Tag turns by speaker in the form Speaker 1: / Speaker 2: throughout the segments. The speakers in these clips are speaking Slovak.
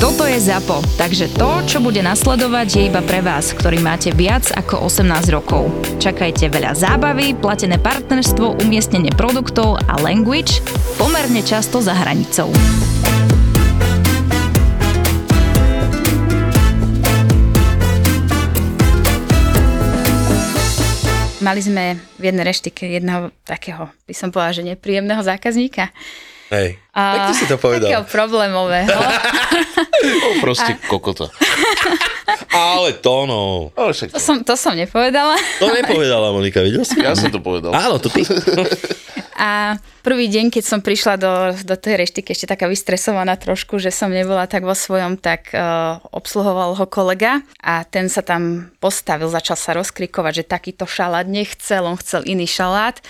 Speaker 1: Toto je ZAPO, takže to, čo bude nasledovať, je iba pre vás, ktorý máte viac ako 18 rokov. Čakajte veľa zábavy, platené partnerstvo, umiestnenie produktov a language pomerne často za hranicou.
Speaker 2: Mali sme v jednej reštike jedného takého, by som povedala, že nepríjemného zákazníka.
Speaker 3: Hej, a... tak ty si to
Speaker 2: Takého
Speaker 3: povedal.
Speaker 2: problémového.
Speaker 3: O, proste kokota. Ale to no.
Speaker 4: Ale však
Speaker 2: To som, to som nepovedala.
Speaker 3: To nepovedala Monika, videl si?
Speaker 4: ja som to povedal.
Speaker 3: Áno, to ty.
Speaker 2: A prvý deň, keď som prišla do, do tej reštiky, ešte taká vystresovaná trošku, že som nebola tak vo svojom, tak uh, obsluhoval ho kolega a ten sa tam postavil, začal sa rozkrikovať, že takýto šalát nechcel, on chcel iný šalát.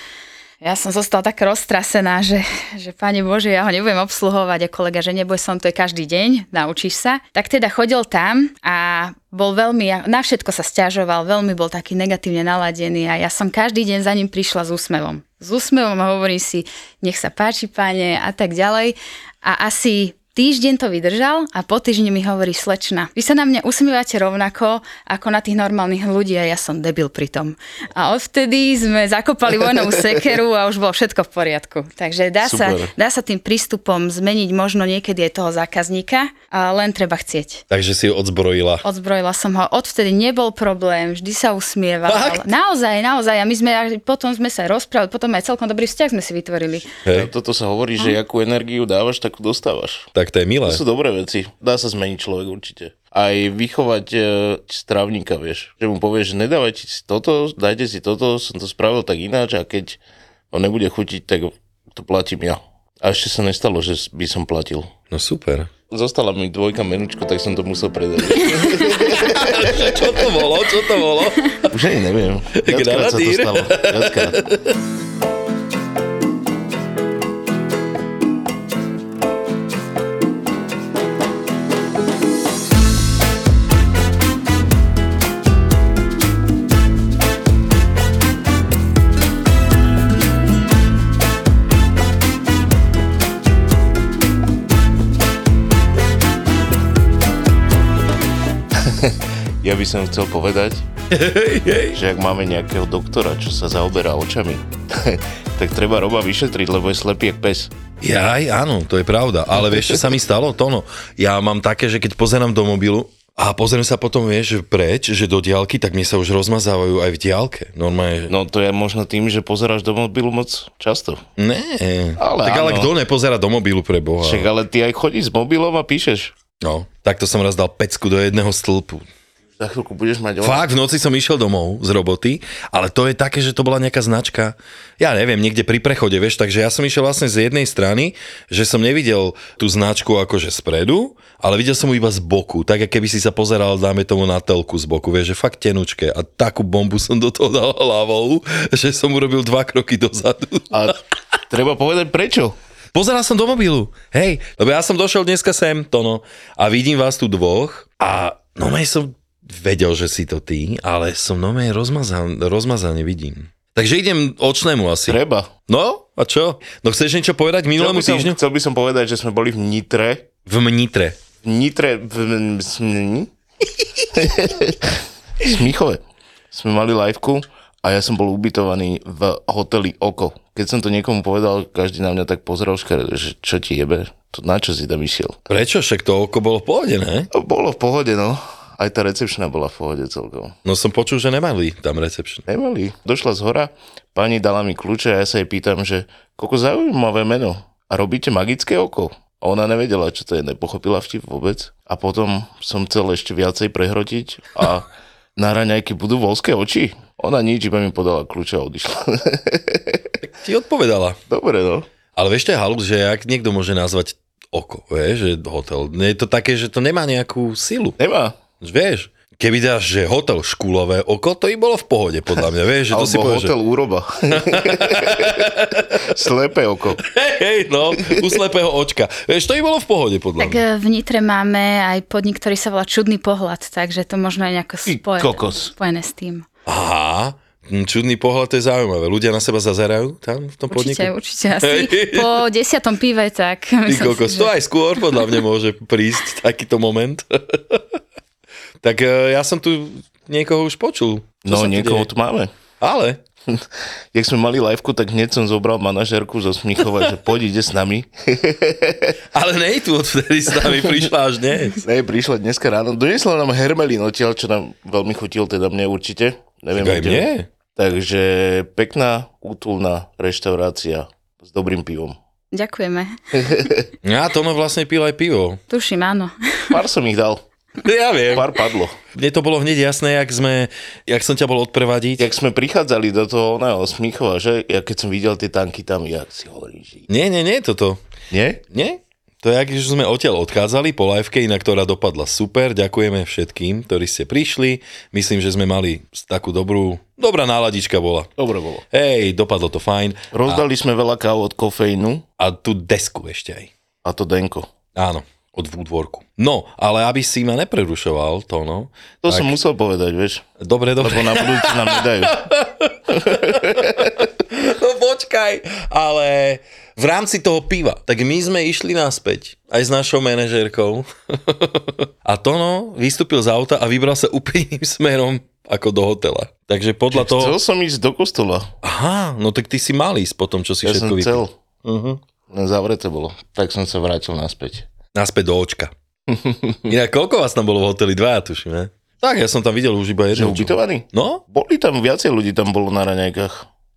Speaker 2: Ja som zostala tak roztrasená, že, že Pane Bože, ja ho nebudem obsluhovať a kolega, že neboj som, to je každý deň, naučíš sa. Tak teda chodil tam a bol veľmi, na všetko sa stiažoval, veľmi bol taký negatívne naladený a ja som každý deň za ním prišla s úsmevom. S úsmevom a hovorím si, nech sa páči pane a tak ďalej. A asi týždeň to vydržal a po týždni mi hovorí slečna. Vy sa na mňa usmievate rovnako ako na tých normálnych ľudí a ja som debil pritom. A odvtedy sme zakopali vojnovú sekeru a už bolo všetko v poriadku. Takže dá sa,
Speaker 4: Super.
Speaker 2: dá sa tým prístupom zmeniť možno niekedy aj toho zákazníka, a len treba chcieť.
Speaker 3: Takže si ju odzbrojila.
Speaker 2: Odzbrojila som ho. Odvtedy nebol problém, vždy sa usmieval.
Speaker 3: Fakt?
Speaker 2: Naozaj, naozaj. A my sme, a potom sme sa aj rozprávali, potom aj celkom dobrý vzťah sme si vytvorili.
Speaker 3: Hej,
Speaker 4: Toto sa hovorí, že akú energiu dávaš, takú dostávaš.
Speaker 3: tak to je milé.
Speaker 4: To sú dobré veci. Dá sa zmeniť človek určite. Aj vychovať e, strávnika, vieš. Že mu povieš, že nedávajte si toto, dajte si toto, som to spravil tak ináč a keď on nebude chutiť, tak to platím ja. A ešte sa nestalo, že by som platil.
Speaker 3: No super.
Speaker 4: Zostala mi dvojka menučko, tak som to musel predať.
Speaker 3: Čo to bolo? Čo to bolo?
Speaker 4: Už aj neviem. Viackrát sa to
Speaker 3: Granadír.
Speaker 4: stalo. Viackrát. Ja by som chcel povedať, že ak máme nejakého doktora, čo sa zaoberá očami, tak treba Roba vyšetriť, lebo je slepý jak pes.
Speaker 3: Ja aj, áno, to je pravda. Ale vieš, čo sa mi stalo? Tono, ja mám také, že keď pozerám do mobilu a pozriem sa potom, vieš, že preč, že do diálky, tak mne sa už rozmazávajú aj v diálke. Normálne. No.
Speaker 4: No to je možno tým, že pozeráš do mobilu moc často.
Speaker 3: Ne.
Speaker 4: Ale
Speaker 3: tak ale
Speaker 4: áno.
Speaker 3: kto nepozerá do mobilu pre Boha?
Speaker 4: Však ale ty aj chodíš s mobilom a píšeš.
Speaker 3: No, takto som raz dal pecku do jedného stĺpu.
Speaker 4: Za chvíľku budeš mať ona.
Speaker 3: Fakt, v noci som išiel domov z roboty, ale to je také, že to bola nejaká značka, ja neviem, niekde pri prechode, vieš, takže ja som išiel vlastne z jednej strany, že som nevidel tú značku akože spredu, ale videl som ju iba z boku, tak ako keby si sa pozeral, dáme tomu na telku z boku, vieš, že fakt tenučke a takú bombu som do toho dal hlavou, že som urobil dva kroky dozadu.
Speaker 4: A treba povedať prečo.
Speaker 3: Pozeral som do mobilu, hej, lebo ja som došiel dneska sem, Tono, a vidím vás tu dvoch a no som vedel, že si to ty, ale som no rozmazan, rozmazaný vidím. Takže idem očnému asi.
Speaker 4: Treba.
Speaker 3: No, a čo? No chceš niečo povedať k
Speaker 4: Chcel
Speaker 3: minulému
Speaker 4: by, som,
Speaker 3: týždňu?
Speaker 4: chcel by som povedať, že sme boli v Nitre.
Speaker 3: V Nitre.
Speaker 4: V Nitre... V, v, v, Smichove. Sme mali liveku a ja som bol ubytovaný v hoteli Oko. Keď som to niekomu povedal, každý na mňa tak pozrel škaredo, že čo ti jebe, to na čo si tam išiel.
Speaker 3: Prečo? Však to oko bolo v pohode, ne?
Speaker 4: A Bolo v pohode, no. Aj tá recepčná bola v pohode celkom.
Speaker 3: No som počul, že nemali tam recepčné.
Speaker 4: Nemali. Došla z hora, pani dala mi kľúče a ja sa jej pýtam, že koľko zaujímavé meno. A robíte magické oko? A ona nevedela, čo to je, nepochopila vtip vôbec. A potom som chcel ešte viacej prehrotiť a na raňajky budú voľské oči. Ona nič, iba mi podala kľúče a odišla.
Speaker 3: Ti odpovedala.
Speaker 4: Dobre, no.
Speaker 3: Ale vieš, to je halus, že ak niekto môže nazvať oko, vieš, že hotel. Je to také, že to nemá nejakú silu.
Speaker 4: Nemá.
Speaker 3: Vieš, Keby dáš, že hotel škúlové oko, to i bolo v pohode, podľa mňa, vieš, že to
Speaker 4: Alebo
Speaker 3: si povieš, že...
Speaker 4: hotel úroba. Slepé oko.
Speaker 3: Hej, hej, no, u slepého očka. Vieš, to i bolo v pohode, podľa
Speaker 2: Tak
Speaker 3: mňa.
Speaker 2: e, v Nitre máme aj podnik, ktorý sa volá Čudný pohľad, takže to možno aj nejako
Speaker 4: Ty
Speaker 2: spojené,
Speaker 4: kokos.
Speaker 2: spojené s tým.
Speaker 3: Aha, hm, čudný pohľad, to je zaujímavé. Ľudia na seba zazerajú tam v tom podniku?
Speaker 2: Určite, určite asi.
Speaker 3: Hej.
Speaker 2: Po desiatom pive, tak
Speaker 3: Ty
Speaker 2: myslím si,
Speaker 3: kokos, to
Speaker 2: že...
Speaker 3: aj skôr podľa mňa môže prísť takýto moment. tak e, ja som tu niekoho už počul. Čo
Speaker 4: No,
Speaker 3: sa tu
Speaker 4: niekoho
Speaker 3: deje?
Speaker 4: tu máme.
Speaker 3: Ale,
Speaker 4: Jak sme mali liveku, tak hneď som zobral manažerku zo Smichova, že poď ide s nami.
Speaker 3: ale nej tu odvtedy s nami prišla až dnes.
Speaker 4: Ne, prišla dneska ráno. Donesla nám hermelín odtiaľ, čo nám veľmi chutil, teda mne určite. Neviem,
Speaker 3: Tak aj
Speaker 4: kde.
Speaker 3: mne.
Speaker 4: Takže pekná, útulná reštaurácia s dobrým pivom.
Speaker 2: Ďakujeme.
Speaker 3: Ja, Tono vlastne pil aj pivo.
Speaker 2: Tuším, áno.
Speaker 4: Pár som ich dal,
Speaker 3: Ja viem.
Speaker 4: pár padlo.
Speaker 3: Mne to bolo hneď jasné, jak, sme, jak som ťa bol odprevadiť.
Speaker 4: Jak sme prichádzali do toho oného Smichova, že ja keď som videl tie tanky tam, ja si hovorím, že...
Speaker 3: Nie, nie, nie, toto.
Speaker 4: Nie?
Speaker 3: Nie? To je, ak už sme odtiaľ odchádzali po liveke, inak ktorá dopadla super. Ďakujeme všetkým, ktorí ste prišli. Myslím, že sme mali takú dobrú... Dobrá náladička bola.
Speaker 4: Dobre bolo.
Speaker 3: Hej, dopadlo to fajn.
Speaker 4: Rozdali sme veľa káv od kofeínu
Speaker 3: A tú desku ešte aj.
Speaker 4: a to Denko.
Speaker 3: Áno, od Woodworku. No, ale aby si ma neprerušoval, to no.
Speaker 4: To som musel povedať, vieš,
Speaker 3: Dobre, dobre.
Speaker 4: lebo na budúci nám nedajú.
Speaker 3: No počkaj, ale v rámci toho piva, tak my sme išli naspäť, aj s našou manažérkou. a Tono vystúpil z auta a vybral sa úplne iným smerom ako do hotela. Takže podľa toho...
Speaker 4: Chcel som ísť do kostola,
Speaker 3: Aha, no tak ty si mal ísť po tom, čo si
Speaker 4: ja som
Speaker 3: všetko
Speaker 4: chcel,
Speaker 3: vypil. Uh-huh.
Speaker 4: len zavreté bolo. Tak som sa vrátil naspäť.
Speaker 3: Naspäť do očka. Inak koľko vás tam bolo v hoteli? Dvaja, tuším, ne? Tak, ja som tam videl už iba
Speaker 4: Že
Speaker 3: jedného. čo-
Speaker 4: ubytovaný?
Speaker 3: No,
Speaker 4: Boli tam viacej ľudí, tam bolo na raňajkách.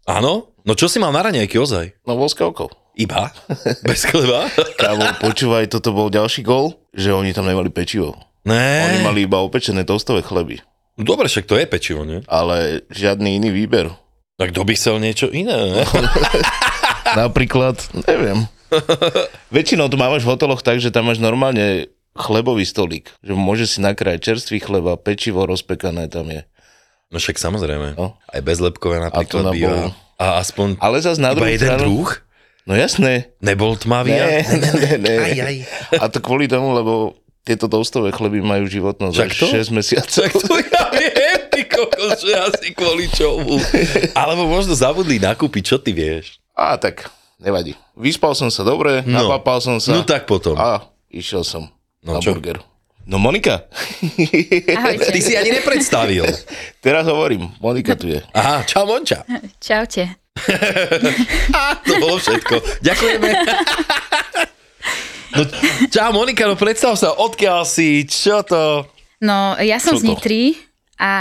Speaker 3: áno. No čo si mal na raňajky ozaj?
Speaker 4: No bol skavkou.
Speaker 3: Iba? Bez chleba?
Speaker 4: Kámo, počúvaj, toto bol ďalší gol, že oni tam nemali pečivo.
Speaker 3: Ne. No,
Speaker 4: Oni mali iba opečené toastové chleby,
Speaker 3: Dobre, však to je pečivo, nie?
Speaker 4: ale žiadny iný výber.
Speaker 3: Tak kto by chcel niečo iné, ne?
Speaker 4: Napríklad, neviem. Väčšinou to mávaš v hoteloch tak, že tam máš normálne chlebový stolík. Že môže si nakrájať čerstvý chleba, pečivo rozpekané tam je.
Speaker 3: No však samozrejme.
Speaker 4: No.
Speaker 3: Aj bezlepkové napríklad
Speaker 4: na
Speaker 3: býva.
Speaker 4: bolu.
Speaker 3: A aspoň
Speaker 4: Ale zase na
Speaker 3: iba
Speaker 4: druhú
Speaker 3: jeden
Speaker 4: stranu...
Speaker 3: druh?
Speaker 4: No jasné.
Speaker 3: Nebol tmavý? a-
Speaker 4: Ne, ne, ne, ne.
Speaker 5: Aj, aj.
Speaker 4: A to kvôli tomu, lebo tieto toastové chleby majú životnosť
Speaker 3: Však
Speaker 4: až
Speaker 3: to?
Speaker 4: 6 mesiacov.
Speaker 3: Tak to ja viem, ty kokos, že asi kvôli čomu. Alebo možno zabudli nakúpiť, čo ty vieš.
Speaker 4: Á, tak, nevadí. Vyspal som sa dobre,
Speaker 3: No.
Speaker 4: napapal som sa.
Speaker 3: No tak potom.
Speaker 4: A išiel som
Speaker 3: No
Speaker 4: no, na
Speaker 3: čo?
Speaker 4: čo? burger. No Monika,
Speaker 3: Ty
Speaker 2: Ahojte.
Speaker 3: si ani nepredstavil.
Speaker 4: teraz hovorím, Monika tu je.
Speaker 2: No,
Speaker 3: Aha, čau Monča.
Speaker 2: Čaute.
Speaker 3: To bolo všetko. Ďakujeme. No, čau Monika, no predstav sa, odkiaľ si, čo to...
Speaker 2: No, ja som z
Speaker 4: Čo to?
Speaker 2: Nitry a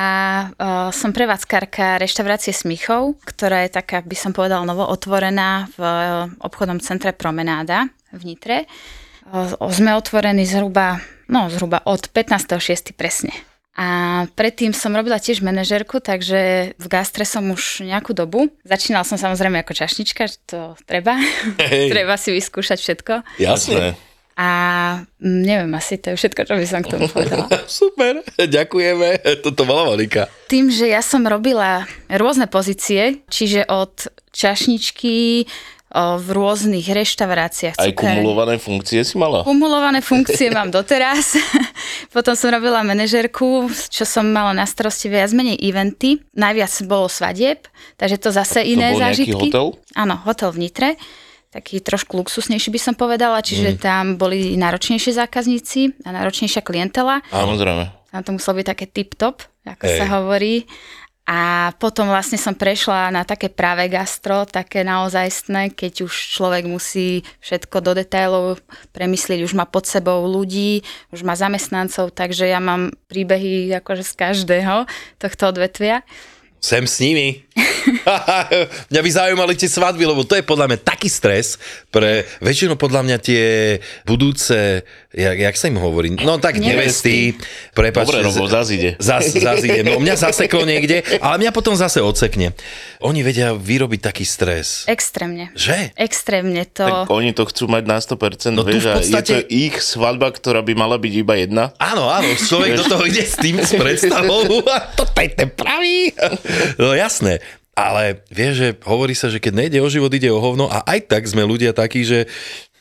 Speaker 2: uh, som prevádzkarka reštaurácie Smichov, ktorá je taká, by som povedala, novo otvorená v eh, obchodnom centre Promenáda v Nitre. Eh, o- sme otvorení zhruba, no zhruba od 15.6. presne. A predtým som robila tiež manažerku, takže v gastre som už nejakú dobu. Začínala som samozrejme ako čašnička, to treba.
Speaker 3: Hej.
Speaker 2: treba si vyskúšať všetko.
Speaker 3: Jasné.
Speaker 2: A mm, neviem, asi to je všetko, čo by som k tomu povedala.
Speaker 3: Super, ďakujeme. Toto bola Monika.
Speaker 2: Tým, že ja som robila rôzne pozície, čiže od čašničky o, v rôznych reštauráciách.
Speaker 4: Aj
Speaker 2: cukárni.
Speaker 4: kumulované funkcie si mala?
Speaker 2: Kumulované funkcie mám doteraz. Potom som robila manažerku, čo som mala na starosti viac menej eventy. Najviac bolo svadieb, takže to zase iné
Speaker 4: bol nejaký
Speaker 2: zážitky.
Speaker 4: hotel?
Speaker 2: Áno, hotel v Nitre. Taký trošku luxusnejší by som povedala, čiže
Speaker 4: Mm.
Speaker 2: tam boli náročnejšie zákazníci a náročnejšia klientela.
Speaker 4: Áno, zrejme.
Speaker 2: Tam to muselo byť také tip-top, ako
Speaker 3: Hej.
Speaker 2: sa hovorí. A potom vlastne som prešla na také práve gastro, také naozajstné, keď už človek musí všetko do detailov premyslieť, už má pod sebou ľudí, už má zamestnancov, takže ja mám príbehy akože z každého tohto odvetvia.
Speaker 3: Sem s nimi. mňa by zaujímali tie svadby, lebo to je podľa mňa taký stres pre väčšinu podľa mňa tie budúce, jak, jak sa im hovorí, no tak nevesty, prepáč.
Speaker 4: Dobre, Robo, zás ide.
Speaker 3: Zas, zas idem. No, mňa zaseklo niekde, ale mňa potom zase odsekne. Oni vedia vyrobiť taký stres.
Speaker 2: Extrémne.
Speaker 3: Že?
Speaker 2: Extrémne to...
Speaker 4: Tak oni to chcú mať na 100%,
Speaker 3: No
Speaker 4: no,
Speaker 3: tu v
Speaker 4: vieš, a je to
Speaker 3: podstate-
Speaker 4: ich svadba, ktorá by mala byť iba jedna.
Speaker 3: Áno, áno, človek do toho ide s tým s predstavou a to je ten pravý. No jasné, ale vieš, že hovorí sa, že keď nejde o život, ide o hovno a aj tak sme ľudia takí, že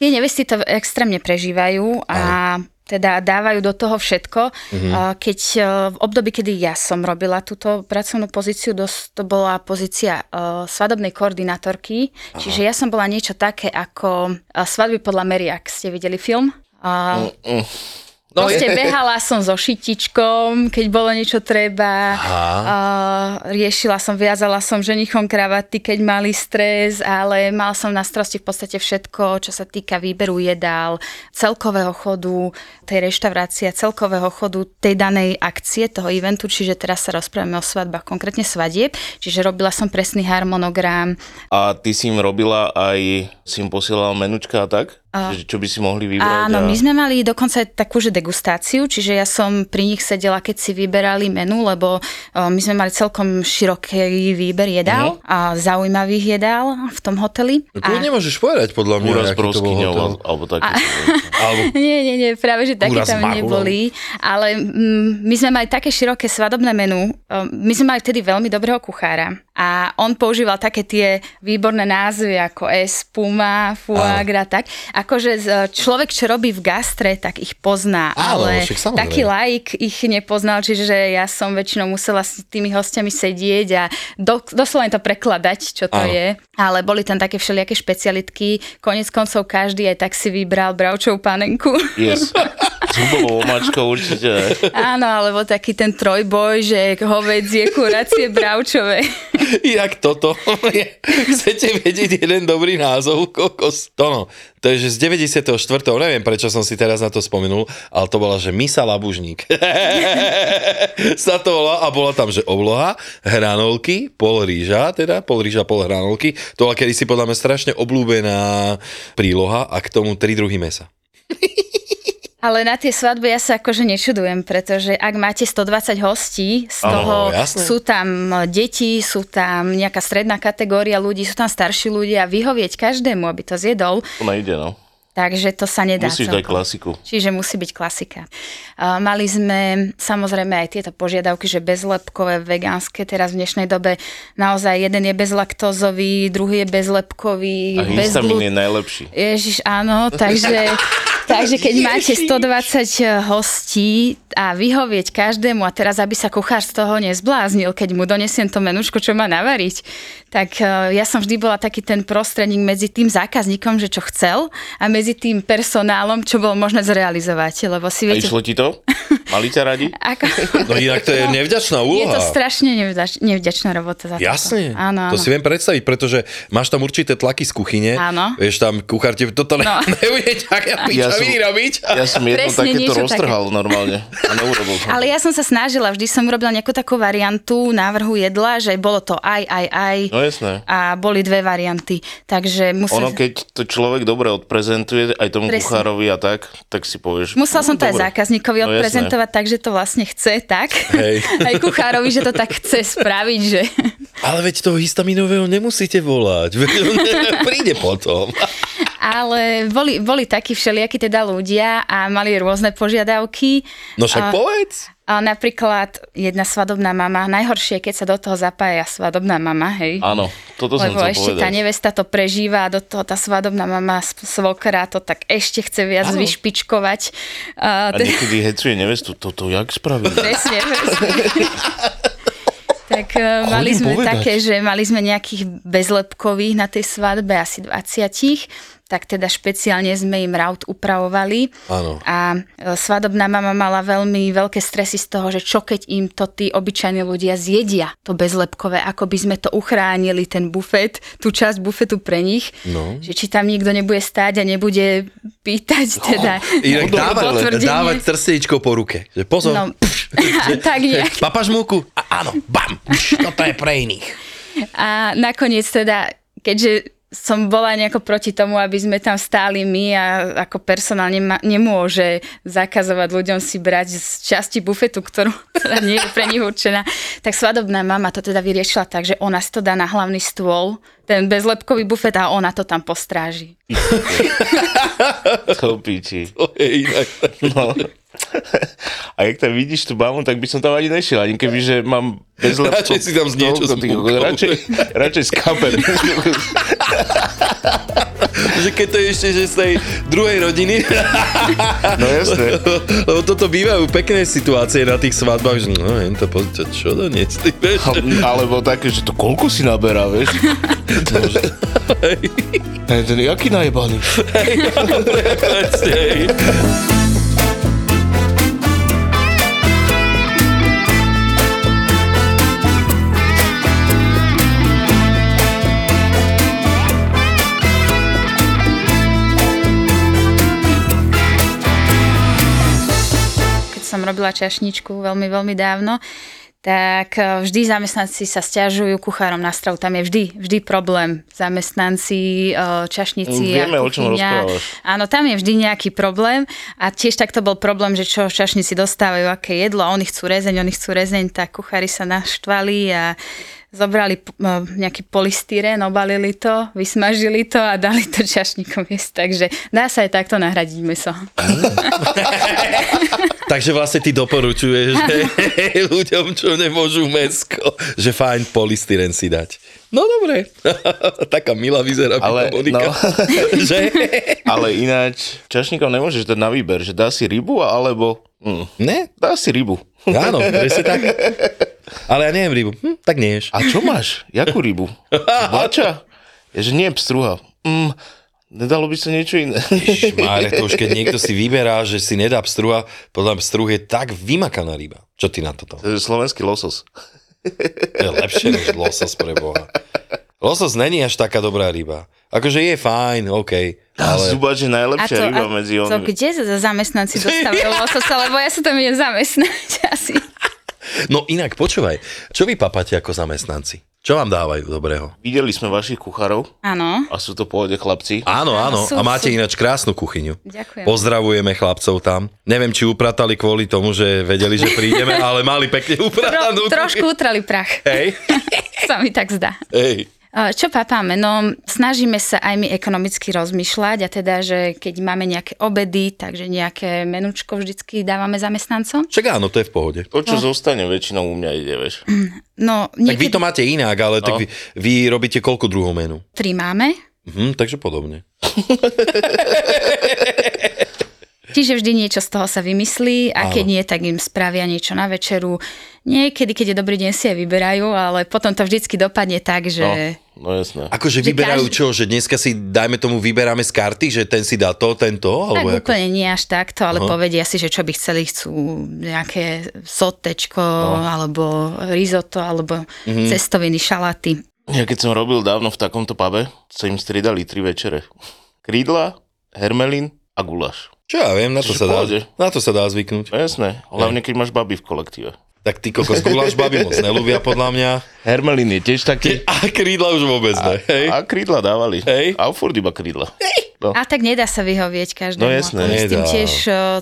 Speaker 2: Tie nevesty to extrémne prežívajú a teda dávajú do toho všetko. A Keď e, v období, kedy ja som robila túto pracovnú pozíciu, dos- to bola pozícia e, svadobnej koordinátorky, čiže ja som bola niečo také ako e, svadby podľa Meriak. Ste videli film? A
Speaker 3: No,
Speaker 2: proste behala som so šitičkom, keď bolo niečo treba. A riešila som, viazala som ženichom kravaty, keď mali stres, ale mal som na starosti v podstate všetko, čo sa týka výberu jedál, celkového chodu tej reštaurácie, celkového chodu tej danej akcie, toho eventu, čiže teraz sa rozprávame o svadbách, konkrétne svadieb, čiže robila som presný harmonogram,
Speaker 4: A ty si im robila aj, si im posielal menučka a tak? A... Že, čo by si mohli vybrať?
Speaker 2: Áno,
Speaker 4: a...
Speaker 2: my sme mali dokonca aj takú, že degustáciu, čiže ja som pri nich sedela, keď si vyberali menu, lebo o, my sme mali celkom široký výber jedál
Speaker 3: Mhm.
Speaker 2: a zaujímavých jedál v tom hoteli.
Speaker 3: kľudne môžeš povedať podľa mňa,
Speaker 4: Úraz
Speaker 3: aký to bol
Speaker 4: broskyňov,
Speaker 3: hotel.
Speaker 4: al- alebo také.
Speaker 3: Alebo
Speaker 2: Nie, nie, nie, práve že také
Speaker 3: Úraz no.
Speaker 2: tam
Speaker 3: Marulov.
Speaker 2: neboli, ale mm, my sme mali také široké svadobné menu, Um, my sme mali vtedy veľmi dobrého kuchára a on používal také tie výborné názvy ako espuma, foie gras, tak. Akože z- človek, čo robí v gastre, tak ich pozná,
Speaker 3: Áno,
Speaker 2: ale
Speaker 3: však samozrejme.
Speaker 2: taký laik ich nepoznal, čiže ja som väčšinou musela s tými hostiami sedieť a do, doslovne to prekladať, čo to
Speaker 3: Áno.
Speaker 2: je. Ale boli tam také všelijaké špecialitky, konec koncov každý aj tak si vybral bravčov panenku.
Speaker 4: Yes. S hubovou omáčkou určite.
Speaker 2: Áno, alebo taký ten trojboj, že hovedzie, kuracie, bravčové.
Speaker 3: Inak toto, je- chcete vedieť jeden dobrý názov, kokos. To no, to je, že z 94. neviem, prečo som si teraz na to spomenul, ale to bola, že misa labužník. Sa to volá a bola tam, že obloha, hranolky, pol rýža, teda pol rýža, pol hranolky. To bola kedysi podľa mňa strašne obľúbená príloha a k tomu tri druhy mesa.
Speaker 2: Ale na tie svadby ja sa akože nečudujem, pretože ak máte 120 hostí, z
Speaker 4: Áno,
Speaker 2: toho
Speaker 3: jasné.
Speaker 2: sú tam deti, sú tam nejaká stredná kategória ľudí, sú tam starší ľudia a vyhovieť každému, aby to zjedol,
Speaker 4: To nejde, no.
Speaker 2: takže to sa nedá.
Speaker 4: Musíš dať
Speaker 2: celkom.
Speaker 4: klasiku.
Speaker 2: Čiže musí byť klasika. A Mali sme samozrejme aj tieto požiadavky, že bezlepkové, vegánske, teraz v dnešnej dobe naozaj jeden je bezlaktózový, druhý je bezlepkový,
Speaker 4: A
Speaker 2: bez
Speaker 4: histamin je najlepší.
Speaker 2: Ježiš, áno, takže, takže keď máte 120 hostí a vyhovieť každému a teraz, aby sa kuchár z toho nezbláznil, keď mu donesiem to menučko, čo má navariť, tak eh, ja som vždy bola taký ten prostredník medzi tým zákazníkom, že čo chcel a medzi tým personálom, čo bolo možné zrealizovať, lebo si
Speaker 4: A
Speaker 2: viete...
Speaker 4: išlo ti to? Mali ťa radi?
Speaker 2: Ako...
Speaker 3: No inak to je nevďačná
Speaker 2: Je
Speaker 3: úloha.
Speaker 2: to strašne nevďač, nevďačná robota za
Speaker 3: Jasne,
Speaker 2: toto. Áno, áno.
Speaker 3: to si viem predstaviť, pretože máš tam určité tlaky z kuchyne,
Speaker 2: Áno.
Speaker 3: vieš tam kuchár ti toto ne,
Speaker 2: No.
Speaker 3: nebude taká pičaviny robiť.
Speaker 4: ja som jedno
Speaker 2: Presne
Speaker 4: takéto
Speaker 2: niečo také.
Speaker 4: roztrhal normálne a neurobil som.
Speaker 2: Ale ja som sa snažila, vždy som urobila nejakú takú variantu návrhu jedla, že bolo to aj, aj, aj
Speaker 4: No jasné.
Speaker 2: a boli dve varianty. Takže musel,
Speaker 4: Ono, keď to človek dobre odprezentuje, aj tomu
Speaker 2: Presne.
Speaker 4: kuchárovi a tak, tak si povieš...
Speaker 2: musela
Speaker 4: no,
Speaker 2: som to aj
Speaker 4: dobre.
Speaker 2: zákazníkovi
Speaker 4: No jasné.
Speaker 2: odprezentovať tak, že to vlastne chce tak.
Speaker 3: Hej.
Speaker 2: Aj kuchárovi, že to tak chce spraviť, že...
Speaker 3: Ale veď toho histaminového nemusíte volať, veď on príde potom.
Speaker 2: Ale boli, boli takí všelijakí teda ľudia a mali rôzne požiadavky.
Speaker 3: No však povedz.
Speaker 2: A napríklad jedna svadobná mama, najhoršie je, keď sa do toho zapája svadobná mama, hej.
Speaker 4: Áno, toto som
Speaker 2: Lebo
Speaker 4: chcel
Speaker 2: ešte tá
Speaker 4: povedať.
Speaker 2: nevesta to prežíva a do toho tá svadobná mama s- svokra to tak ešte chce viac
Speaker 3: Áno.
Speaker 2: vyšpičkovať. A
Speaker 4: A
Speaker 2: teda,
Speaker 4: niekedy hecuje nevestu, toto jak spravil?
Speaker 2: presne, presne. Tak eh,
Speaker 3: Chodím
Speaker 2: mali sme
Speaker 3: povedať.
Speaker 2: také, že mali sme nejakých bezlepkových na tej svadbe, asi 20 tak teda špeciálne sme im raut upravovali.
Speaker 3: Áno.
Speaker 2: A e, svadobná mama mala veľmi veľké stresy z toho, že čo keď im to tí obyčajní ľudia zjedia, to bezlepkové, ako by sme to uchránili, ten bufet, tú časť bufetu pre nich, no. že či tam nikto nebude stáť a nebude pýtať teda
Speaker 3: No,
Speaker 2: o
Speaker 3: Inak dávať,
Speaker 2: potvrdenie.
Speaker 3: dávať trsteničkou po ruke. Že pozor.
Speaker 2: No, tak nejak.
Speaker 3: Papáš múku? A áno, bam. Pš, Toto je pre iných.
Speaker 2: A nakoniec teda, keďže som bola nejako proti tomu, aby sme tam stáli my a ako personál nema, nemôže zakazovať ľuďom si brať z časti bufetu, ktorú teda nie je pre nich určená. Tak svadobná mama to teda vyriešila tak, že ona si to dá na hlavný stôl, ten bezlepkový bufet a ona to tam postráži.
Speaker 4: To piči.
Speaker 3: To je inak.
Speaker 4: No. A jak tam vidíš tú mamu, tak by som tam ani nešiel, ani keby, že mám bez
Speaker 3: Radšej si tam z niečo smúkol.
Speaker 4: radšej, radšej skapem.
Speaker 3: Že keď to je ešte že z tej druhej rodiny,
Speaker 4: No jasné.
Speaker 3: lebo toto bývajú pekné situácie na tých svadbách, že no, jen to pozrieť, čo doniesli, vieš?
Speaker 4: Alebo také, že to koľko si naberá, vieš? Hej, ten jaký najebaný.
Speaker 3: Presne, hej.
Speaker 2: keď som robila čašničku veľmi, veľmi dávno, tak eh, vždy zamestnanci sa stiažujú kuchárom na stravu. Tam je vždy, vždy problém. Zamestnanci, eh, čašníci a
Speaker 4: Vieme, o čom
Speaker 2: kuchyňa.
Speaker 4: rozprávaš.
Speaker 2: Áno, tam je vždy nejaký problém a tiež takto bol problém, že čo čašníci dostávajú, aké jedlo a oni chcú rezeň, oni chcú rezeň, tak kuchári sa naštvali a zobrali p- m, nejaký polystyrén, obalili to, vysmažili to a dali to čašníkom jesť. Takže dá sa aj takto nahradiť meso.
Speaker 3: Takže vlastne ty doporučuješ že ľuďom, čo nemôžu mesko, že fajn polystyren si dať. No dobre, taká milá vyzerá Ale,
Speaker 4: Ale,
Speaker 3: Monika.
Speaker 4: no.
Speaker 3: že?
Speaker 4: Ale ináč, čašníkom nemôžeš dať na výber, že dá si rybu alebo... Mm,
Speaker 3: Ne?
Speaker 4: dá si rybu.
Speaker 3: Áno, presne tak. Ale ja neviem rybu. Hm, tak nie ješ.
Speaker 4: A čo máš? Jakú rybu? Vača? Ja, že nie, pstruha. Mm, nedalo by sa niečo iné.
Speaker 3: Máre, to už keď niekto si vyberá, že si nedá pstruha, podľa mňa pstruh je tak vymakaná ryba. Čo ty na toto?
Speaker 4: To je Slovenský losos.
Speaker 3: To je lepšie než losos pre Boha. Losos není až taká dobrá ryba. Akože je fajn, OK.
Speaker 4: Ale...
Speaker 3: Ale
Speaker 4: Zubač je najlepšia ryba medzi
Speaker 2: to
Speaker 4: onými.
Speaker 2: kde sa za zamestnanci dostávajú lososa, lebo ja sa tam idem zamestnať asi.
Speaker 3: No inak, počúvaj, čo vy papáte ako zamestnanci? Čo vám dávajú dobrého?
Speaker 4: Videli sme vašich kuchárov
Speaker 2: Áno,
Speaker 4: a sú to pôvode chlapci.
Speaker 3: Áno, áno.
Speaker 2: Sú,
Speaker 3: a máte
Speaker 2: sú.
Speaker 3: ináč krásnu kuchyňu.
Speaker 2: Ďakujem.
Speaker 3: Pozdravujeme chlapcov tam. Neviem, či upratali kvôli tomu, že vedeli, že prídeme, ale mali pekne
Speaker 2: Tro,
Speaker 3: upratanú
Speaker 2: trošku
Speaker 3: kuchyňu.
Speaker 2: utrali prach,
Speaker 3: Hej,
Speaker 2: sa mi tak zdá.
Speaker 3: hej.
Speaker 2: E, Čo papáme? No, snažíme sa aj my ekonomicky rozmýšľať a teda, že keď máme nejaké obedy, takže nejaké menučko vždycky dávame zamestnancom.
Speaker 3: Však áno, to je v pohode.
Speaker 4: To, čo zostane, väčšinou u mňa ide, vieš.
Speaker 2: No,
Speaker 3: Tak vy
Speaker 2: niekedy No.
Speaker 3: to máte inak, ale tak vy, vy robíte koľko druhú menu?
Speaker 2: tri máme,
Speaker 3: Mhm, takže podobne.
Speaker 2: Čiže vždy niečo z toho sa vymyslí a keď nie, tak im spravia niečo na večeru. Niekedy, keď je dobrý deň, si aj vyberajú, ale potom to vždycky dopadne tak, že...
Speaker 4: No, no jasné.
Speaker 3: Akože
Speaker 2: Že
Speaker 3: vyberajú
Speaker 2: každý-
Speaker 3: čo? Že dneska si, dajme tomu, vyberáme z karty, že ten si dá to, ten to?
Speaker 2: Tak no.
Speaker 3: Alebo ako?
Speaker 2: úplne nie až takto, ale povedia si, že čo by chceli, chcú nejaké sotečko,
Speaker 4: No.
Speaker 2: alebo risotto, alebo
Speaker 4: Mhm.
Speaker 2: cestoviny, šalaty.
Speaker 4: Ja keď som robil dávno v takomto pube, sa im striedali tri večere. Krídla, hermelín a guláš.
Speaker 3: Čo ja viem, na to,
Speaker 4: Čiže
Speaker 3: sa
Speaker 4: v
Speaker 3: dá,
Speaker 4: pohode.
Speaker 3: na to sa dá zvyknúť.
Speaker 4: No jasné, hlavne keď máš baby v kolektíve.
Speaker 3: Tak ty kokos guláš babi moc nelúbia podľa mňa.
Speaker 4: Hermelín je tiež taký.
Speaker 3: A krídla už vôbec ne, hej?
Speaker 4: A krídla dávali.
Speaker 3: Hej.
Speaker 4: A furt iba krídla. No.
Speaker 2: A tak nedá sa vyhovieť každému.
Speaker 4: No jasné,
Speaker 2: Ako s tým
Speaker 3: nedá.
Speaker 2: tiež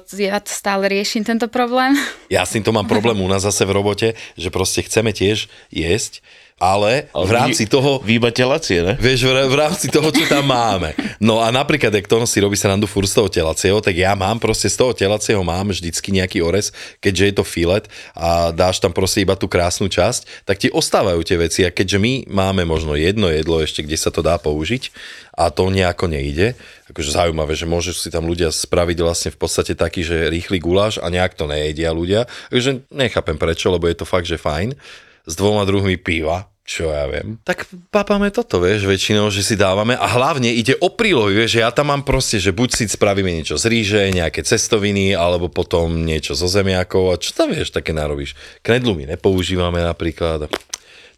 Speaker 2: eh, ja to stále riešim tento problém.
Speaker 3: Ja s týmto mám problém u nás zase v robote, že proste chceme tiež jesť, ale
Speaker 4: Ale
Speaker 3: v rámci
Speaker 4: vy-
Speaker 3: toho
Speaker 4: Vy iba telácie, ne?
Speaker 3: Vieš, v, v rámci toho, čo tam máme. No a napríklad, ak Tono si robí srandu furt z toho telacieho, tak ja mám proste z toho telacieho mám vždycky nejaký orez, keďže je to filet a dáš tam proste iba tú krásnu časť, tak ti ostávajú tie veci. A keďže my máme možno jedno jedlo ešte, kde sa to dá použiť a to nejako nejde, akože zaujímavé, že môžu si tam ľudia spraviť vlastne v podstate taký, že rýchly guláš a nejak to nejedia ľudia. Takže nechápem prečo, lebo je to fakt, že fajn s dvoma druhmi piva, čo ja viem. Tak papáme toto, vieš, väčšinou, že si dávame a hlavne ide o prílohy, vieš, že ja tam mám proste, že buď si spravíme niečo z ríže, nejaké cestoviny, alebo potom niečo zo zemiakov a čo tam vieš, také narobíš. Knedlu my nepoužívame napríklad. a-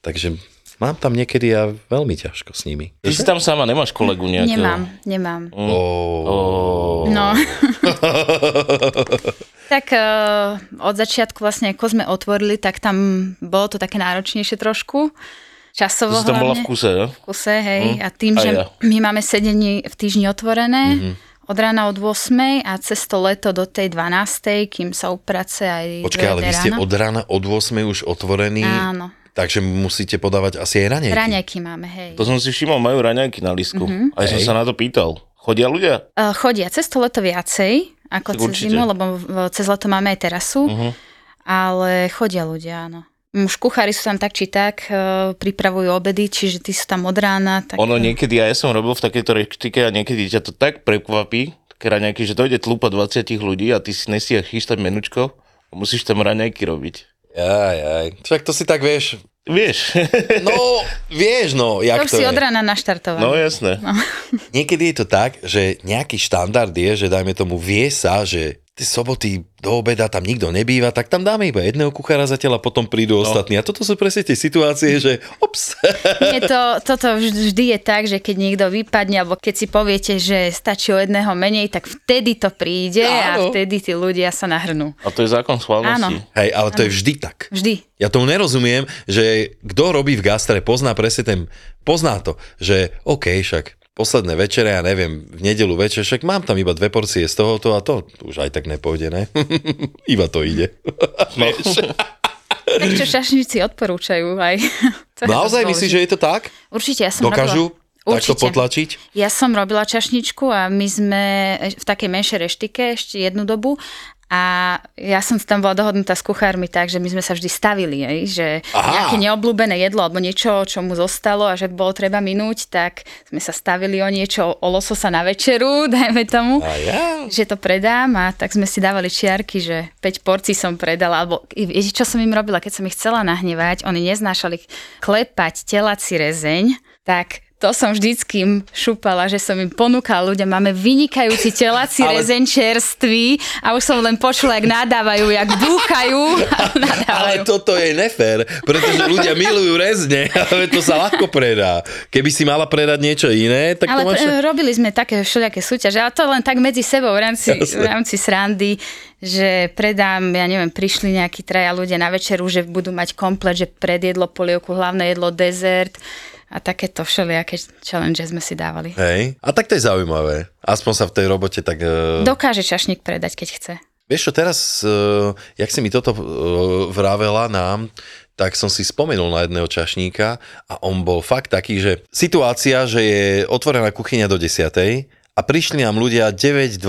Speaker 3: Takže mám tam niekedy ja veľmi ťažko s nimi.
Speaker 4: Ty si tam sama nemáš kolegu nejakého.
Speaker 2: Nemám, nemám.
Speaker 4: Mm.
Speaker 3: Oh.
Speaker 2: No. tak uh, od začiatku vlastne, ako sme otvorili, tak tam bolo to také náročnejšie trošku. Však
Speaker 4: To
Speaker 2: časovo
Speaker 4: si tam bola v
Speaker 2: hlavne.
Speaker 4: kuse, no?
Speaker 2: v kuse, hej.
Speaker 3: Mhm.
Speaker 4: Mm.
Speaker 2: A tým,
Speaker 4: A
Speaker 2: že
Speaker 4: ja.
Speaker 2: my máme sedenie v týždni otvorené,
Speaker 3: Mhm.
Speaker 2: od rána od 8 a cez to leto do tej 12, kým sa uprace aj
Speaker 3: Počkaj, ale vy ste od rána od 8 už otvorení,
Speaker 2: Áno,
Speaker 3: takže musíte podávať asi aj ranej.
Speaker 2: raňajky máme, hej.
Speaker 4: To som si všimol, majú raňajky na lísku. Mm-hmm. A ja som
Speaker 3: Hej.
Speaker 4: sa na to pýtal. Chodia ľudia?
Speaker 2: Eh, Chodia cez to leto viacej, ako
Speaker 4: Tak
Speaker 2: cez
Speaker 4: určite.
Speaker 2: zimu, lebo v- cez leto máme aj terasu,
Speaker 4: Mhm.
Speaker 2: ale chodia ľudia, áno. Už kuchári sú tam tak či tak, eh, pripravujú obedy, čiže tí sú tam od rána. Tak... e,
Speaker 4: Ono niekedy, a ja som robil v takejto reštike a niekedy ťa to tak prekvapí, také raňajky, že dojde tlupa 20 ľudí a ty si nestíhaš chystať menučko a musíš tam raňajky robiť.
Speaker 3: Jaj, jaj. Však to si tak vieš.
Speaker 4: Vieš?
Speaker 3: No, vieš no,
Speaker 2: to
Speaker 3: jak
Speaker 2: už
Speaker 3: to
Speaker 2: si
Speaker 3: je.
Speaker 2: od rána naštartovaný.
Speaker 4: no jasné.
Speaker 3: Niekedy je to tak, že nejaký štandard je, že dajme tomu vie sa, že tie soboty do obeda tam nikto nebýva, tak tam dáme iba jedného kuchára zatiaľ a potom prídu no. ostatní. A toto sú presne tie situácie, že ops.
Speaker 2: Nie, to, toto vž- vždy je tak, že keď niekto vypadne, alebo keď si poviete, že stačí o jedného menej, tak vtedy to príde a
Speaker 3: Áno.
Speaker 2: vtedy tí ľudia sa nahrnú.
Speaker 4: A to je zákon schválnosti.
Speaker 3: Hej, ale to je vždy tak.
Speaker 2: Vždy.
Speaker 3: Ja tomu nerozumiem, že kto robí v gastre, pozná presne ten, pozná to, že OK, však posledné večere, ja neviem, v nedelu večer, však mám tam iba dve porcie z tohoto a to už aj tak nepôjde, ne? iba to ide.
Speaker 4: No,
Speaker 3: Vieš?
Speaker 2: Tak čo šašníci odporúčajú aj. To je
Speaker 3: Naozaj
Speaker 2: dosť
Speaker 3: myslíš,
Speaker 2: dôležité.
Speaker 3: že je to tak?
Speaker 2: Určite, ja som
Speaker 3: Dokážu
Speaker 2: robila.
Speaker 3: takto potlačiť?
Speaker 2: Ja som robila čašničku a my sme v takej menšej reštike ešte jednu dobu a ja som tam bola dohodnutá s kuchármi tak, že my sme sa vždy stavili, hej, že
Speaker 3: Aha.
Speaker 2: nejaké neobľúbené jedlo alebo niečo, čo mu zostalo a že bolo treba minúť, tak sme sa stavili o niečo, o lososa na večeru, dajme tomu
Speaker 3: A ja?
Speaker 2: že to predám a tak sme si dávali čiarky, že 5 porcií som predala, alebo i- viete, čo som im robila, keď som ich chcela nahnevať, oni neznášali klepať telací rezeň, tak to som vždycky im šupala, že som im ponúkala ľudia, máme vynikajúci telací
Speaker 3: Ale-
Speaker 2: rezeň čerstvý a už som len počula, jak nadávajú, jak búchajú a nadávajú.
Speaker 3: Ale toto je nefér, pretože ľudia milujú rezne, ale to sa ľahko predá. Keby si mala predať niečo iné, tak
Speaker 2: Ale
Speaker 3: to máš...
Speaker 2: e, robili sme také všelijaké súťaže, ale to len tak medzi sebou v rámci, v rámci srandy, že predám, ja neviem, prišli nejakí traja ľudia na večeru, že budú mať komplet, že predjedlo, polievku, hlavné jedlo, dezert a takéto všelijaké challenge sme si dávali.
Speaker 3: Hej. A tak to je zaujímavé. Aspoň sa v tej robote tak... eh,
Speaker 2: Dokáže čašník predať, keď chce.
Speaker 3: Vieš čo, teraz, uh, jak si mi toto uh, vravela nám, tak som si spomenul na jedného čašníka a on bol fakt taký, že situácia, že je otvorená kuchyňa do 10. a prišli nám ľudia 9.20,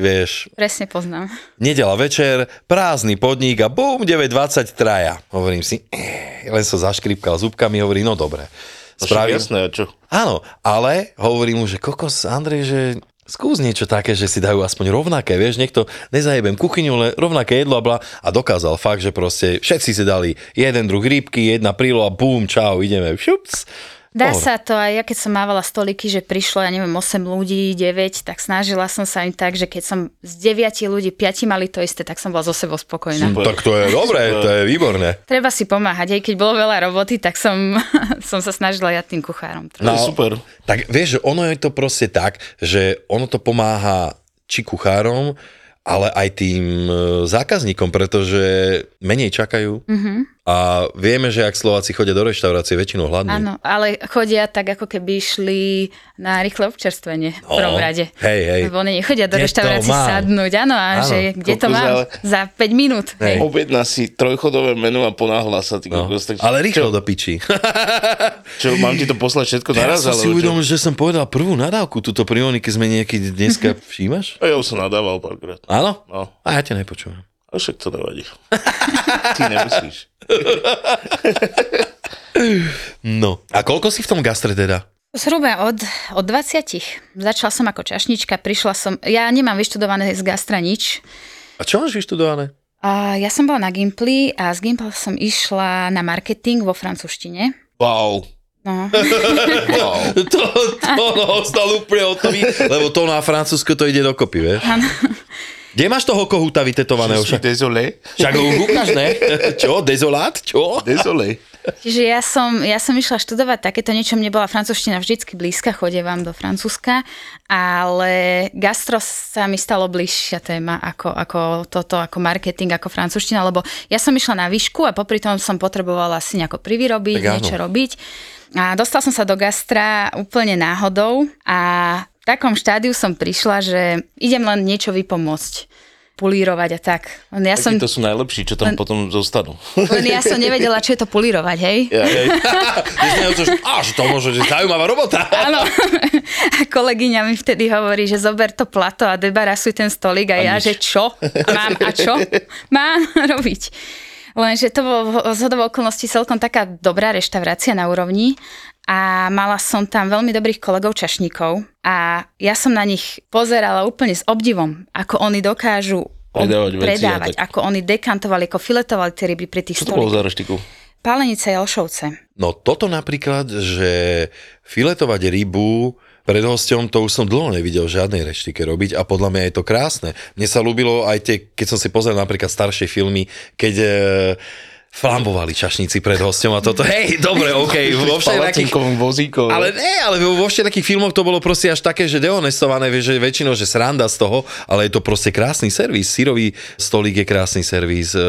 Speaker 3: vieš,
Speaker 2: Presne poznám.
Speaker 3: nedela večer, prázdny podnik a bum, 9.20 traja. Hovorím si, eh, len som zaškripkal zubkami, hovorí, no dobre.
Speaker 4: Však Jasné, a čo?
Speaker 3: Áno, ale hovorím mu, že kokos, Andrej, že skús niečo také, že si dajú aspoň rovnaké, vieš, niekto nezajebem kuchyňu, ale rovnaké jedlo a bla a dokázal fakt, že proste všetci si dali jeden druh rybky, jedna prílo a bum, čau, ideme, šups.
Speaker 2: Dá
Speaker 3: Pohod.
Speaker 2: sa to aj, ja keď som mávala stoliky, že prišlo, ja neviem, 8 ľudí, 9, tak snažila som sa im tak, že keď som z 9 ľudí 5 mali to isté, tak som bola so sebou spokojná.
Speaker 3: Tak to je dobré, to je výborné.
Speaker 2: Treba si pomáhať, aj keď bolo veľa roboty, tak som, som sa snažila ja tým kuchárom.
Speaker 3: No.
Speaker 4: To je super.
Speaker 3: Tak vieš, že ono je to proste tak, že ono to pomáha či kuchárom, ale aj tým e, zákazníkom, pretože menej čakajú. Mm-hmm. A vieme, že ak Slováci chodia do reštaurácie väčšinou hladní.
Speaker 2: Áno, ale chodia tak, ako keby išli na rýchle občerstvenie v prvom rade.
Speaker 3: No, Hej, hej.
Speaker 2: Lebo oni nechodia do
Speaker 3: Kde to
Speaker 2: reštaurácií
Speaker 3: mám?
Speaker 2: sadnúť, áno, a
Speaker 3: Áno,
Speaker 2: že kde to
Speaker 4: kokos,
Speaker 2: mám?
Speaker 4: ale-
Speaker 2: Za 5 minút.
Speaker 3: Hej.
Speaker 2: Hej.
Speaker 4: Objedná si trojchodové menu a ponáhla sa. Ty,
Speaker 3: No.
Speaker 4: kokos, tak-
Speaker 3: Ale rýchlo do piči.
Speaker 4: Čo, mám ti to poslať všetko
Speaker 3: Teraz
Speaker 4: naraz?
Speaker 3: som si
Speaker 4: alebo čo?
Speaker 3: uvedomil, že som povedal prvú nadávku, túto pri Onike sme niekedy dneska všímaš?
Speaker 4: A ja už som nadával párkrát.
Speaker 3: Áno?
Speaker 4: No,
Speaker 3: A ja ťa nepočúvam.
Speaker 4: a však to nevadí. Ty nemusíš.
Speaker 3: No. A koľko si v tom gastre teda?
Speaker 2: Zhruba od, od 20. Začala som ako čašnička, prišla som, ja nemám vyštudované z gastra nič,
Speaker 3: A čo máš vyštudované?
Speaker 2: a ja som bola na Gimply a z Gimply som išla na marketing vo francúzštine.
Speaker 4: Wow.
Speaker 2: No.
Speaker 4: wow.
Speaker 3: To, to no, ostal úplne hotový, lebo to na Francúzsko to ide dokopy, vieš. Kde máš toho kohúta vytetovaného?
Speaker 4: Je suis
Speaker 3: Však,
Speaker 4: désolé.
Speaker 3: však ho ukáž, ne? Čo? Dezolát? Čo?
Speaker 4: Désolé.
Speaker 2: Čiže ja som, ja som išla študovať takéto niečo, mne bola francúzština vždycky blízka, chodie vám do Francúzska, ale gastro sa mi stalo bližšia téma ako, ako toto, ako marketing, ako francúzština, lebo ja som išla na výšku a popri tom som potrebovala si nejako privyrobiť,
Speaker 3: Tak áno.
Speaker 2: niečo robiť. A dostala som sa do gastra úplne náhodou a v takom štádiu som prišla, že idem len niečo vypomôcť pulírovať a tak. Len Ja som,
Speaker 4: Takí to sú najlepší, čo tam potom zostanú.
Speaker 2: len ja som nevedela, čo je to pulírovať, hej?
Speaker 4: Ja, ja,
Speaker 3: Ty si nevedel, že- Á, že to môže, že zaujímavá robota.
Speaker 2: Áno. A kolegyňa mi vtedy hovorí, že zober to plato a debarasuj ten stolík a, ja,
Speaker 4: nič.
Speaker 2: že čo? A mám a čo? Mám robiť. Lenže to bolo z hodovou okolností celkom taká dobrá reštaurácia na úrovni a mala som tam veľmi dobrých kolegov čašníkov a ja som na nich pozerala úplne s obdivom, ako oni dokážu ob-
Speaker 4: Predávať veci a
Speaker 2: predávať
Speaker 4: tak.
Speaker 2: ako oni dekantovali, ako filetovali tie ryby pri tých
Speaker 4: čo to bolo
Speaker 2: stolíkoch.
Speaker 4: za reštiku?
Speaker 2: Pálenice Jelšovce.
Speaker 3: No toto napríklad, že filetovať rybu pred hosťom, to už som dlho nevidel v žiadnej reštike robiť a podľa mňa je to krásne. Mne sa ľúbilo aj tie, keď som si pozrel napríklad staršie filmy, keď e, flambovali čašníci pred hosťom a toto, hej, dobre, okej, vo všetkých
Speaker 4: Palatinkovom vozíkom.
Speaker 3: ale ne, ale vo vo všetkých filmoch to bolo proste až také, že deonestované, vieš, že väčšinou, že sranda z toho, ale je to proste krásny servis, syrový stolík je krásny servis, e,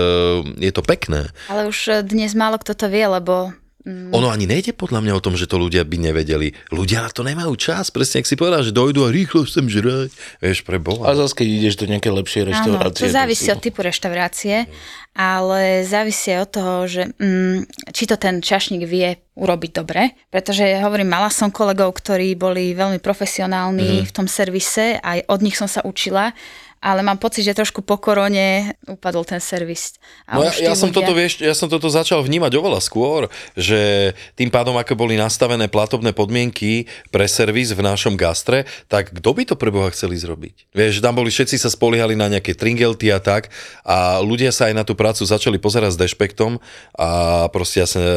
Speaker 3: je to pekné.
Speaker 2: Ale už eh, dnes málo kto to vie, lebo mm,
Speaker 3: Ono ani nejde podľa mňa o tom, že to ľudia by nevedeli. Ľudia na to nemajú čas, presne ak si povedal, že dojdu a rýchlo chcem žrať. Vieš, pre
Speaker 4: A
Speaker 3: Boha.
Speaker 4: zase, keď ideš do nejakej lepšej
Speaker 2: áno,
Speaker 4: reštaurácie.
Speaker 2: to závisí
Speaker 4: tak
Speaker 2: od typu reštaurácie, ale závisí aj od toho, že mm, či to ten čašník vie urobiť dobre, pretože hovorím, mala som kolegov, ktorí boli veľmi
Speaker 3: Mhm.
Speaker 2: profesionálni v tom servise, aj od nich som sa učila, ale mám pocit, že trošku po korone upadol ten servis. A
Speaker 3: No
Speaker 2: už tí
Speaker 3: ja, ja, som
Speaker 2: ľudia-
Speaker 3: toto, vieš, ja som toto začal vnímať oveľa skôr, že tým pádom, ako boli nastavené platobné podmienky pre servis v našom gastre, tak kto by to pre Boha chceli zrobiť? Vieš, tam boli, všetci sa spoliehali na nejaké tringelty a tak a ľudia sa aj na tú prácu začali pozerať s dešpektom a proste ja sa e,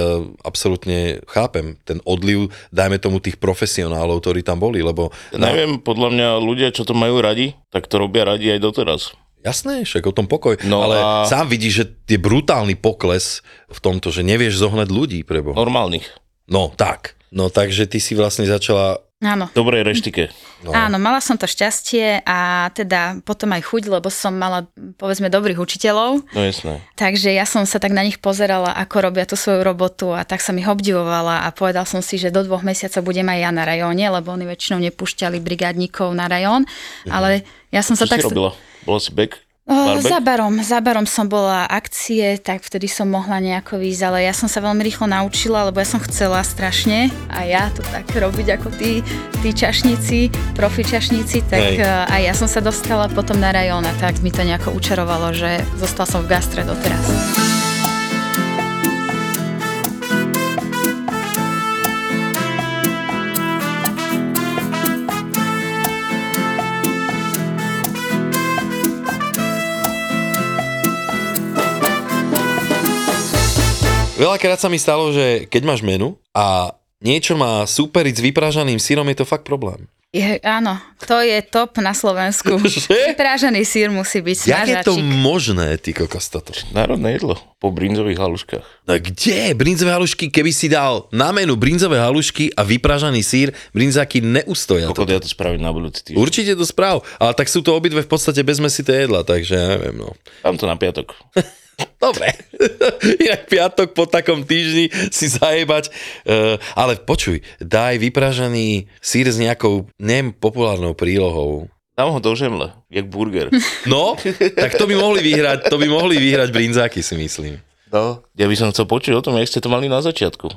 Speaker 3: absolútne chápem ten odliv, dajme tomu tých profesionálov, ktorí tam boli, lebo... Na,
Speaker 4: Neviem, podľa mňa ľudia, čo to majú radi, tak to robia radi aj doteraz.
Speaker 3: jasné, však o tom pokoj, no
Speaker 4: No
Speaker 3: ale a...
Speaker 4: a-
Speaker 3: sám vidíš, že je brutálny pokles v tomto, že nevieš zohnať ľudí pre Boha.
Speaker 4: Normálnych.
Speaker 3: No tak. No takže ty si vlastne začala...
Speaker 2: Áno.
Speaker 4: Dobrej reštike.
Speaker 3: No.
Speaker 2: Áno, mala som to šťastie a teda potom aj chuť, lebo som mala, povedzme, dobrých učiteľov.
Speaker 4: No jasné.
Speaker 2: Takže ja som sa tak na nich pozerala, ako robia tú svoju robotu a tak som ich obdivovala a povedal som si, že do dvoch mesiacov budem aj ja na rajóne, lebo oni väčšinou nepúšťali brigádnikov na rajón, ale ja som
Speaker 4: Mhm.
Speaker 2: sa
Speaker 4: Čo si
Speaker 2: No tak...
Speaker 4: robila? Bola si back?
Speaker 2: O,
Speaker 4: Barback?
Speaker 2: za barom, za barom som bola akcie, tak vtedy som mohla nejako výjsť, ale ja som sa veľmi rýchlo naučila, lebo ja som chcela strašne a ja to tak robiť ako tí, tí čašníci, profi čašníci, tak e,
Speaker 3: Hej.
Speaker 2: a ja som sa dostala potom na rajón a tak mi to nejako učarovalo, že zostala som v gastre doteraz.
Speaker 3: Veľakrát sa mi stalo, že keď máš menu a niečo má superiť s vypražaným sírom, je to fakt problém.
Speaker 2: Je, áno, to je top na Slovensku.
Speaker 3: Že?
Speaker 2: Vyprážaný sír musí byť
Speaker 3: Jak je to
Speaker 2: smažačik.
Speaker 3: možné, ty kokos toto?
Speaker 4: Národné jedlo. Po brinzových haluškách.
Speaker 3: No kde? Brinzové halušky, keby si dal na menu brinzové halušky a vypražaný sír, brinzáky neustoja.
Speaker 4: Ako
Speaker 3: No To.
Speaker 4: ja to spravím na budúci týždeň.
Speaker 3: Určite to správ, ale tak sú to obidve v podstate bezmesité jedla, takže ja neviem, no.
Speaker 4: Dám to na piatok.
Speaker 3: Dobre. Inak piatok po takom týždni si zajebať. Uh, ale počuj, daj vypražaný sír s nejakou nem populárnou prílohou.
Speaker 4: Dám ho do žemle, jak burger.
Speaker 3: No, tak to by mohli vyhrať, to by mohli vyhrať brinzáky si myslím.
Speaker 4: No. Ja by som chcel počuť o tom, jak ste to mali na začiatku.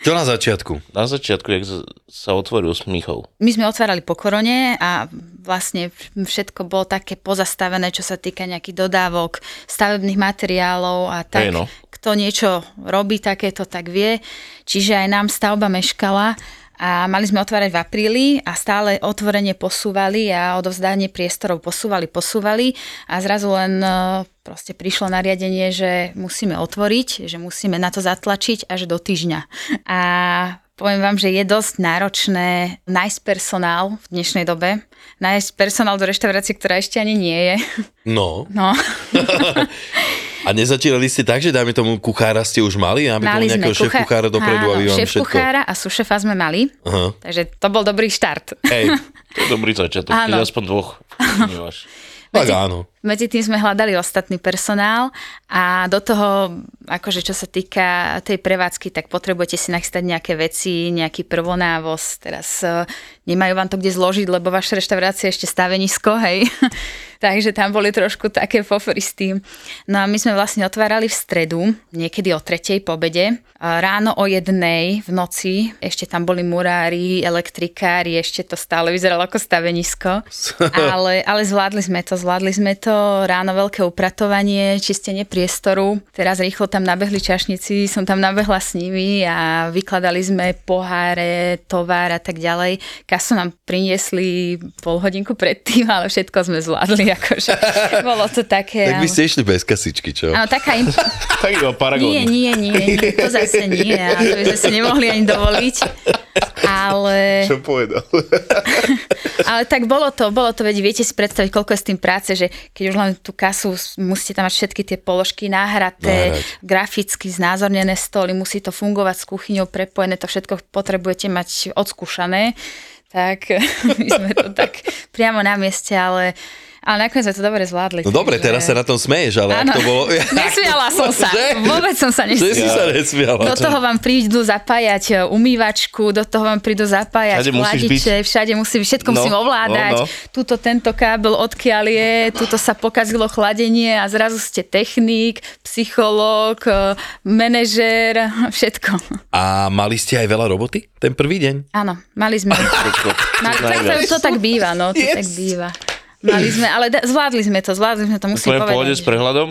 Speaker 3: Čo na začiatku?
Speaker 4: Na začiatku, jak z- sa otvoril smýchov.
Speaker 2: My sme otvárali po korone a vlastne všetko bolo také pozastavené, čo sa týka nejakých dodávok, stavebných materiálov a tak.
Speaker 4: Hej, no.
Speaker 2: Kto niečo robí takéto, tak vie. Čiže aj nám stavba meškala a mali sme otvárať v apríli a stále otvorenie posúvali a odovzdanie priestorov posúvali, posúvali a zrazu len eh, proste prišlo nariadenie, že musíme otvoriť, že musíme na to zatlačiť až do týždňa. A Poviem vám, že je dosť náročné nájsť personál v dnešnej dobe. No. Nájsť personál do reštaurácie, ktorá ešte ani nie je.
Speaker 3: No,
Speaker 2: No.
Speaker 3: A nezačínali ste tak, že dajme tomu kuchára ste už mali, aby
Speaker 2: Mali
Speaker 3: mali
Speaker 2: sme
Speaker 3: nejakého šéf kuchára dopredu,
Speaker 2: Áno,
Speaker 3: aby vám
Speaker 2: šéf
Speaker 3: všetko...
Speaker 2: kuchára a sušefa sme mali,
Speaker 3: Aha.
Speaker 2: takže to bol dobrý štart.
Speaker 3: Hej,
Speaker 4: To je dobrý začiatok, keď
Speaker 2: Áno.
Speaker 4: aspoň dvoch. vnímaš.
Speaker 3: tak áno.
Speaker 2: Medzi tým sme hľadali ostatný personál a do toho, akože čo sa týka tej prevádzky, tak potrebujete si nachystať nejaké veci, nejaký prvonávoz. Teraz eh, nemajú vám to kde zložiť, lebo vaša reštaurácia je ešte stavenisko, hej. Takže tam boli trošku také fofry s tým. No a my sme vlastne otvárali v stredu, niekedy o tretej po obede. A Ráno o jednej v noci, ešte tam boli murári, elektrikári, ešte to stále vyzeralo ako stavenisko. Ale, ale zvládli sme to, zvládli sme to. Ráno veľké upratovanie, čistenie priestoru. Teraz rýchlo tam nabehli čašníci, som tam nabehla s nimi a vykladali sme poháre, tovar a tak ďalej. Kasu nám priniesli pol hodinku predtým, ale všetko sme zvládli. Akože. Bolo to také...
Speaker 3: Tak by ste išli bez kasičky, čo?
Speaker 2: Áno, taká im...
Speaker 4: Tak iba Paragon.
Speaker 2: Nie, nie, nie, nie, to zase nie, a to by sme si nemohli ani dovoliť. Ale...
Speaker 4: Čo povedal?
Speaker 2: Ale tak bolo to, bolo to, veď viete si predstaviť, koľko je s tým práce, že keď už len tú kasu, s- musíte tam mať všetky tie položky náhraté,
Speaker 3: Náhrať.
Speaker 2: graficky znázornené stoly, musí to fungovať s kuchyňou prepojené, to všetko potrebujete mať odskúšané. Tak my sme to tak priamo na mieste, ale, ale nakoniec sme to dobre zvládli.
Speaker 3: No dobre, teraz sa na tom smeješ, ale ak
Speaker 2: Áno.
Speaker 3: to bolo...
Speaker 2: Nesmiala som sa.
Speaker 3: Že?
Speaker 2: Vôbec som sa
Speaker 3: Že si
Speaker 2: nesmiala.
Speaker 3: sa nesmiala.
Speaker 2: Do toho vám prídu zapájať e, umývačku, do toho vám prídu zapájať
Speaker 4: Všade musíš
Speaker 2: chladiče, všade musím, všetko
Speaker 4: No,
Speaker 2: musím ovládať.
Speaker 4: no,
Speaker 2: No,
Speaker 4: no.
Speaker 2: Tuto tento kábel odkiaľ je, tuto sa pokazilo chladenie a zrazu ste technik, psychológ, e, manažér, všetko.
Speaker 3: A mali ste aj veľa roboty ten prvý deň?
Speaker 2: Áno, mali sme. mali,
Speaker 4: najviac.
Speaker 2: to, to No, tak býva, no, to tak býva. Mali sme, ale da, zvládli sme to, zvládli sme to, musím
Speaker 4: Úplne v pohode
Speaker 2: povedať.
Speaker 4: s prehľadom?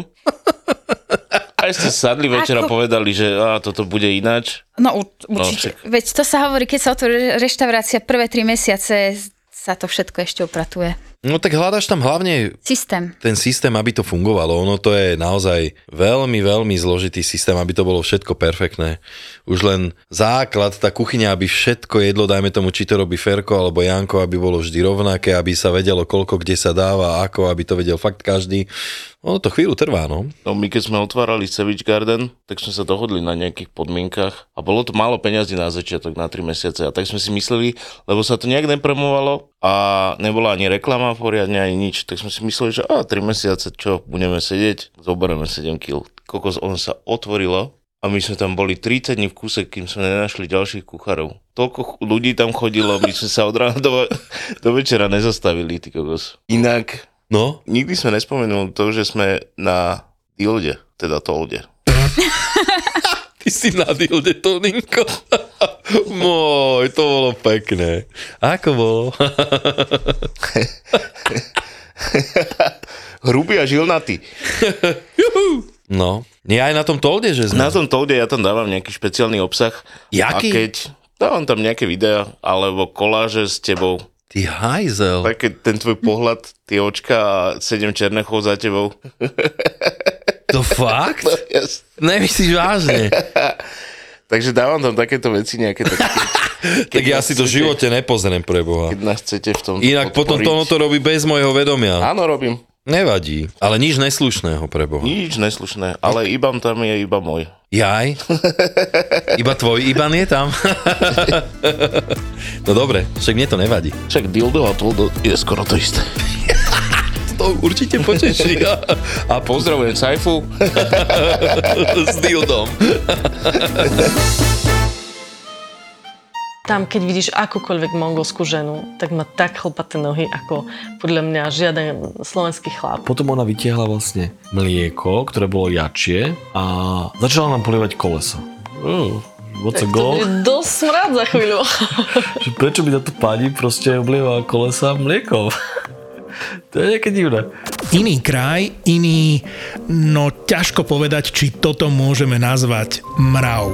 Speaker 4: Aj ste sadli večera a
Speaker 2: Ako-
Speaker 4: povedali, že á, toto bude ináč.
Speaker 2: No ur- určite.
Speaker 4: však.
Speaker 2: Veď to sa hovorí, keď sa otvorí reštaurácia, prvé tri mesiace sa to všetko ešte upratuje.
Speaker 3: No tak hľadaš tam hlavne
Speaker 2: Systém.
Speaker 3: ten systém, aby to fungovalo. Ono to je naozaj veľmi, veľmi zložitý systém, aby to bolo všetko perfektné. Už len základ, tá kuchyňa, aby všetko jedlo, dajme tomu, či to robí Ferko alebo Janko, aby bolo vždy rovnaké, aby sa vedelo, koľko kde sa dáva, ako, aby to vedel fakt každý. Ono to chvíľu trvá, no.
Speaker 4: No my keď sme otvárali Savage Garden, tak sme sa dohodli na nejakých podmienkach a bolo to málo peňazí na začiatok, na 3 mesiace a tak sme si mysleli, lebo sa to nejak nepromovalo a nebola ani reklama poriadne, ani nič, tak sme si mysleli, že a 3 mesiace, čo, budeme sedieť, zoberieme 7 kg. Kokos, on sa otvorilo a my sme tam boli 30 dní v kúse, kým sme nenašli ďalších kuchárov. Toľko ch- ľudí tam chodilo, my sme sa od rána do, do večera nezastavili, ty kokos. Inak
Speaker 3: No,
Speaker 4: nikdy sme nespomenuli to, že sme na Dilde, teda Tolde.
Speaker 3: ty si nadil detoninko. Môj, to bolo pekné. Ako bolo?
Speaker 4: Hrubý a žilnatý.
Speaker 3: No, nie aj na tom tolde, že sme.
Speaker 4: Na tom Tolde ja tam dávam nejaký špeciálny obsah.
Speaker 3: Jaký?
Speaker 4: A keď dávam tam nejaké videá alebo koláže s tebou.
Speaker 3: Ty hajzel.
Speaker 4: Také ten tvoj pohľad, tie očka a sedem černechov za tebou.
Speaker 3: To fakt?
Speaker 4: Yes.
Speaker 3: Nemyslíš vážne?
Speaker 4: Takže dávam tam takéto veci nejaké také,
Speaker 3: tak ja si to v živote nepozriem pre Boha.
Speaker 4: keď nás chcete v tom
Speaker 3: Inak potom to, ono to robí bez môjho vedomia.
Speaker 4: Áno, robím.
Speaker 3: Nevadí. Ale nič neslušného pre Boha.
Speaker 4: Nič neslušné, ale IBAN tam je iba môj.
Speaker 3: Jaj? Iba tvoj Iban je tam? no dobre, však mne to nevadí.
Speaker 4: Však dildo a toldo je skoro to isté.
Speaker 3: To určite poteší. A po
Speaker 4: Pozdravujem Saifu.
Speaker 3: s dildom.
Speaker 6: Tam, keď vidíš akúkoľvek mongolskú ženu, tak má tak chlpaté nohy, ako podľa mňa žiaden slovenský chlap.
Speaker 7: Potom ona vytiahla vlastne mlieko, ktoré bolo jačie a začala nám polievať kolesa. Uh, what's a
Speaker 6: Tak to
Speaker 7: goal?
Speaker 6: bude dosť smrad za chvíľu.
Speaker 7: Že prečo by táto pani proste oblieva kolesa mliekom? to je nejaké divné.
Speaker 5: Iný kraj, iný... No ťažko povedať, či toto môžeme nazvať mrav.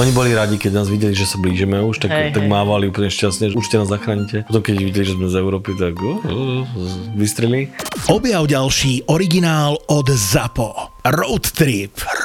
Speaker 7: Oni boli radi, keď nás videli, že sa blížime už,
Speaker 6: Hej,
Speaker 7: tak, hej, tak
Speaker 6: hej.
Speaker 7: hej. mávali úplne šťastne, že určite nás zachránite. Potom keď videli, že sme z Európy, tak uh, uh, vystreli.
Speaker 5: Objav ďalší originál od ZAPO. Road Trip.